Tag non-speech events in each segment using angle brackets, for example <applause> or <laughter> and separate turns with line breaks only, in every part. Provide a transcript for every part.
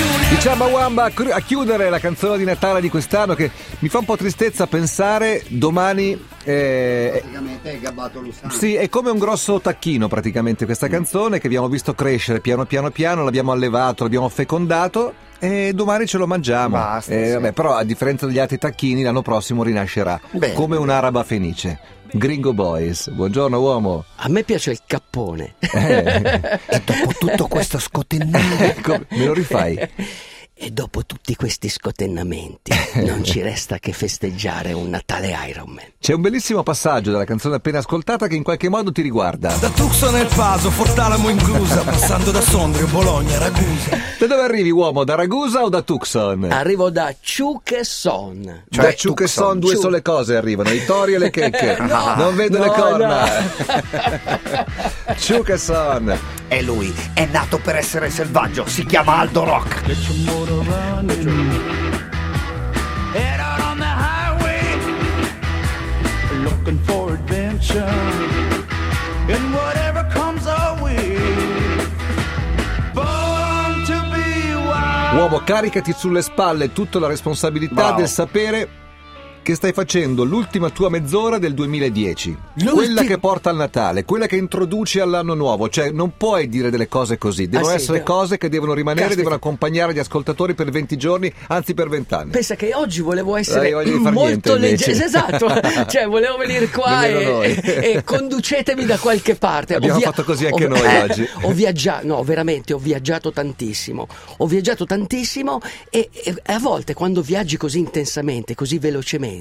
Di Ciamba Wamba Diciamo a chiudere la canzone di Natale di quest'anno che mi fa un po' tristezza pensare domani eh,
Praticamente è gabbato Lusano.
sì, è come un grosso tacchino praticamente
Mm.
questa canzone che abbiamo visto crescere piano piano piano, l'abbiamo allevato, l'abbiamo fecondato e domani ce lo mangiamo.
Basta,
Eh,
sì.
vabbè, però a differenza degli altri tacchini l'anno prossimo rinascerà
Bene.
come un'araba fenice. Gringo Boys, buongiorno
<laughs>
uomo.
A me piace il cappone.
Eh.
E dopo tutto questo scotennare.
Ecco, me lo rifai?
<laughs> E dopo tutti questi scotennamenti non ci resta che festeggiare un Natale Iron Man.
C'è un bellissimo passaggio della canzone appena ascoltata che in qualche modo ti riguarda.
Da Tucson nel Paso, Fortalamo in Grusa, passando da Sondrio, Bologna, Ragusa.
Da dove arrivi uomo? Da Ragusa o da Tucson?
Arrivo da Chukeson.
Cioè, da Ciuccheson due
Ciu-
sole cose arrivano, i tori e le <laughs> checche.
No,
non vedo le
no,
corna. <laughs>
no.
Ciuccheson.
È lui, è nato per essere selvaggio, si chiama Aldo Rock.
Head out on the highway, looking for adventure. And whatever comes our way, born to be wild.
Uomo, caricati sulle spalle tutta la responsabilità
Bravo.
del sapere che stai facendo l'ultima tua mezz'ora del 2010. Quella che porta al Natale, quella che introduci all'anno nuovo. Cioè, non puoi dire delle cose così. Devono
Ah, sì,
essere
no.
cose che devono rimanere,
Caspita.
devono accompagnare gli ascoltatori per 20 giorni, anzi per 20 anni.
Pensa che oggi volevo essere
Dai, voglio far niente,
molto
invece. <laughs>
leggero. <laughs> Esatto, cioè volevo venire qua
Nemmeno noi.
e, e conducetemi da qualche parte. Ho
Abbiamo fatto così anche
ho-
noi
eh,
oggi.
Ho viaggiato, no, veramente ho viaggiato tantissimo. Ho viaggiato tantissimo e, e a volte quando viaggi così intensamente, così velocemente,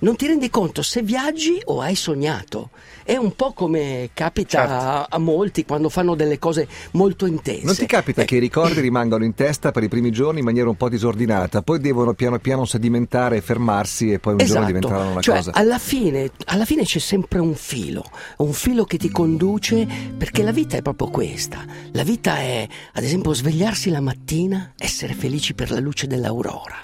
non ti rendi conto se viaggi o hai sognato. È un po' come capita
Certo.
a, a molti quando fanno delle cose molto intense.
Non ti capita
Eh,
che i ricordi rimangano in testa per i primi giorni in maniera un po' disordinata, poi devono piano piano sedimentare, fermarsi e poi un giorno diventeranno una
cioè,
cosa.
Alla fine, alla fine c'è sempre un filo, un filo che ti conduce perché la vita è proprio questa. La vita è, ad esempio, svegliarsi la mattina, essere felici per la luce dell'aurora,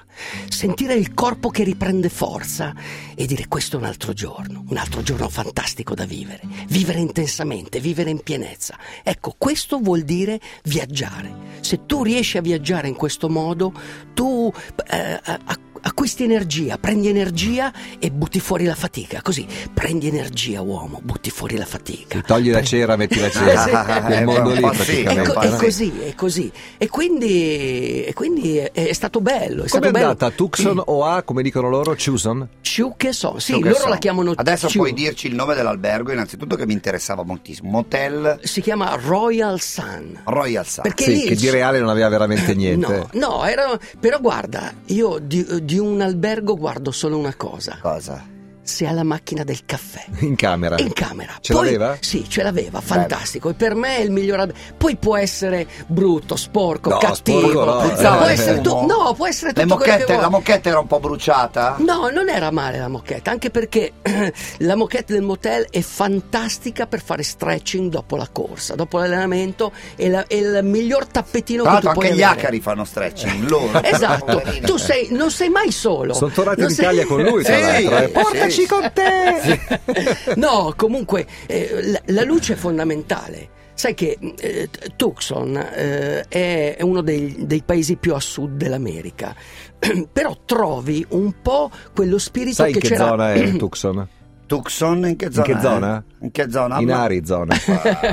sentire il corpo che riprende forza e dire questo è un altro giorno, un altro giorno fantastico da vivere, vivere intensamente, vivere in pienezza. Ecco, questo vuol dire viaggiare. Se tu riesci a viaggiare in questo modo, tu eh, a- acquisti energia, prendi energia e butti fuori la fatica. Così prendi energia, uomo, butti fuori la fatica.
Ti togli la
Prendi-
cera, metti
<laughs>
la
Ah,
cera.
sì.
Il mondo lì
Eh,
Ecco,
sì,
è,
praticamente.
co-
eh,
è
no?
così, è così. E quindi, e quindi è, è stato bello. È stato
Com'è
bello.
andata? Tucson o A, come dicono loro, Chuson?
Ciu che so. Sì,
Ciu che
loro
so.
la chiamano
Adesso
Ciu.
puoi dirci il nome dell'albergo, innanzitutto che mi interessava moltissimo. Motel
Si chiama Royal Sun.
Royal Sun.
Perché
Sì,
lì
che di reale non aveva veramente niente.
<laughs> No, no, era- però guarda, io di, di un albergo guardo solo una cosa,
Cosa?
se ha la macchina del caffè.
In camera.
In camera.
Ce
Poi-
l'aveva?
Sì, ce l'aveva, fantastico. E per me è il miglior albergo. Poi può essere brutto, sporco,
No,
cattivo.
sporco no, Eh.
Puzzava
può
di
essere tu-
fumo?
no, può essere tutto
Eh, Le
quello che
moquette-
vuoi.
La moquette era un po' bruciata?
No, non era male la moquette, anche perché <clears throat> la moquette del motel è fantastica per fare stretching dopo la corsa, dopo l'allenamento è, la- è il miglior tappetino
Tra
che tu
l'altro
puoi
anche gli
avere.
acari fanno stretching, loro.
<laughs>
<laughs>
Esatto,
Poverini.
tu sei, non sei mai solo.
Sono tornati
Non
in
sei-
Italia con lui, tra
Sì,
l'altro. eh.
sì.
Portaci con te!
<laughs> No, comunque eh, la, la luce è fondamentale. Sai che eh, Tucson eh, è uno dei, dei paesi più a sud dell'America, <clears throat> però trovi un po' quello spirito <laughs>
Sai in
che,
che
c'era. <clears throat>
zona è Tucson?
Tucson in che
In
zona?
che
è?
zona?
In che zona?
In
Ma- <laughs>
Arizona.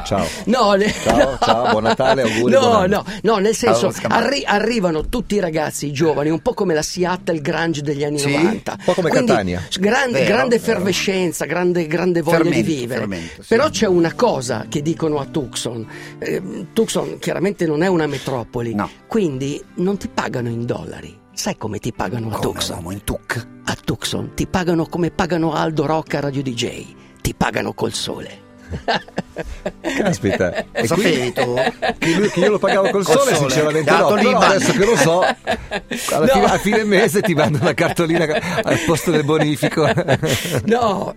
Ciao.
No, ne-
Ciao,
no.
ciao, buon Natale, auguri,
No,
buon anno.
no, no, nel senso,
Allora, scambiamo.
arri- arrivano tutti i ragazzi, i giovani, un po' come la Seattle Grange degli anni
Sì,
90.
un po' come
Quindi,
Catania.
s- gran-
Vero,
grande
vero.
effervescenza, grande, grande voglia
Fermento,
di vivere.
fermento, sì.
Però c'è una cosa che dicono a Tucson. Eh, Tucson chiaramente non è una metropoli,
No.
quindi non ti pagano in dollari. Sai come ti pagano a
Come
Tucson?
uomo, in Tuc.
A Tucson ti pagano come pagano Aldo Rocca a Radio DJ, ti pagano col sole.
Caspita. E
Lo sapevi tu?
Che lui- che io lo pagavo col
Col
sole,
sole.
sinceramente
Dato
no però
l'Iban.
adesso che lo
<laughs>
so alla
No.
fine, a fine mese ti mando una cartolina al posto del bonifico
No,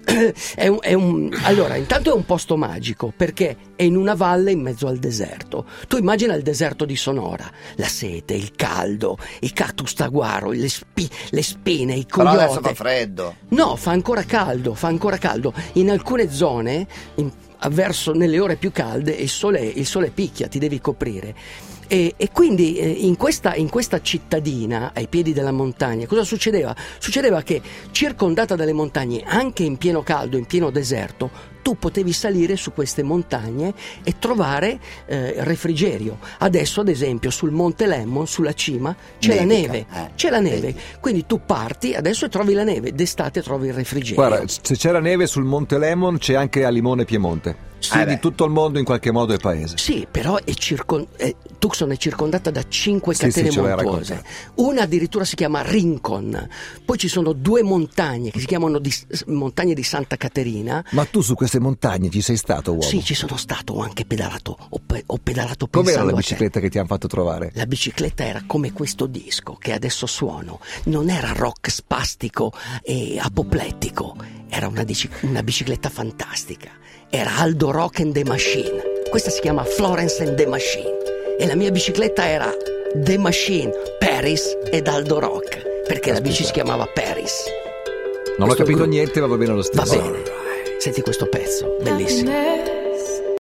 è un, è un- allora intanto è un posto magico perché è in una valle in mezzo al deserto. Tu immagina il deserto di Sonora, la sete, il caldo, i cactus taguaro, le, spi- le spine, i
Però
coyote.
adesso fa freddo.
No, fa ancora caldo, fa ancora caldo. In alcune zone, in- verso- nelle ore più calde, il sole, il sole picchia, ti devi coprire. E, e quindi eh, in, questa, in questa cittadina, ai piedi della montagna, cosa succedeva? Succedeva che circondata dalle montagne, anche in pieno caldo, in pieno deserto, tu potevi salire su queste montagne e trovare eh, refrigerio. Adesso, ad esempio, sul Monte Lemmon, sulla cima, c'è la
Nevica,
neve.
eh,
c'è la neve.
vedi.
Quindi tu parti adesso e trovi la neve, d'estate trovi il refrigerio.
Guarda, se c'era neve sul Monte Lemon c'è anche a Limone Piemonte. Sì,
Eh beh.
di tutto il mondo in qualche modo è paese.
Sì, però è circon- eh, Tucson è circondata da cinque
Sì,
catene
sì, ce l'hai
montuose. Una addirittura si chiama Rincon. Poi ci sono due montagne che si chiamano di- s- montagne di Santa Caterina.
Ma tu su queste montagne ci sei stato, uomo?
Sì, ci sono stato, ho anche pedalato, ho, pe- ho pedalato
Com'era
pensando
la
a te.
bicicletta che ti hanno fatto trovare?
La bicicletta era come questo disco che adesso suono, non era rock spastico e apoplettico, era una, dici- una bicicletta fantastica, era Aldo Rock and the Machine, questa si chiama Florence and the Machine e la mia bicicletta era The Machine, Paris ed Aldo Rock, perché la bici si chiamava Paris.
Non ho
questo
capito
gruppo-
niente, ma va bene lo
Va
stesso.
bene, senti questo pezzo, bellissimo.
Happiness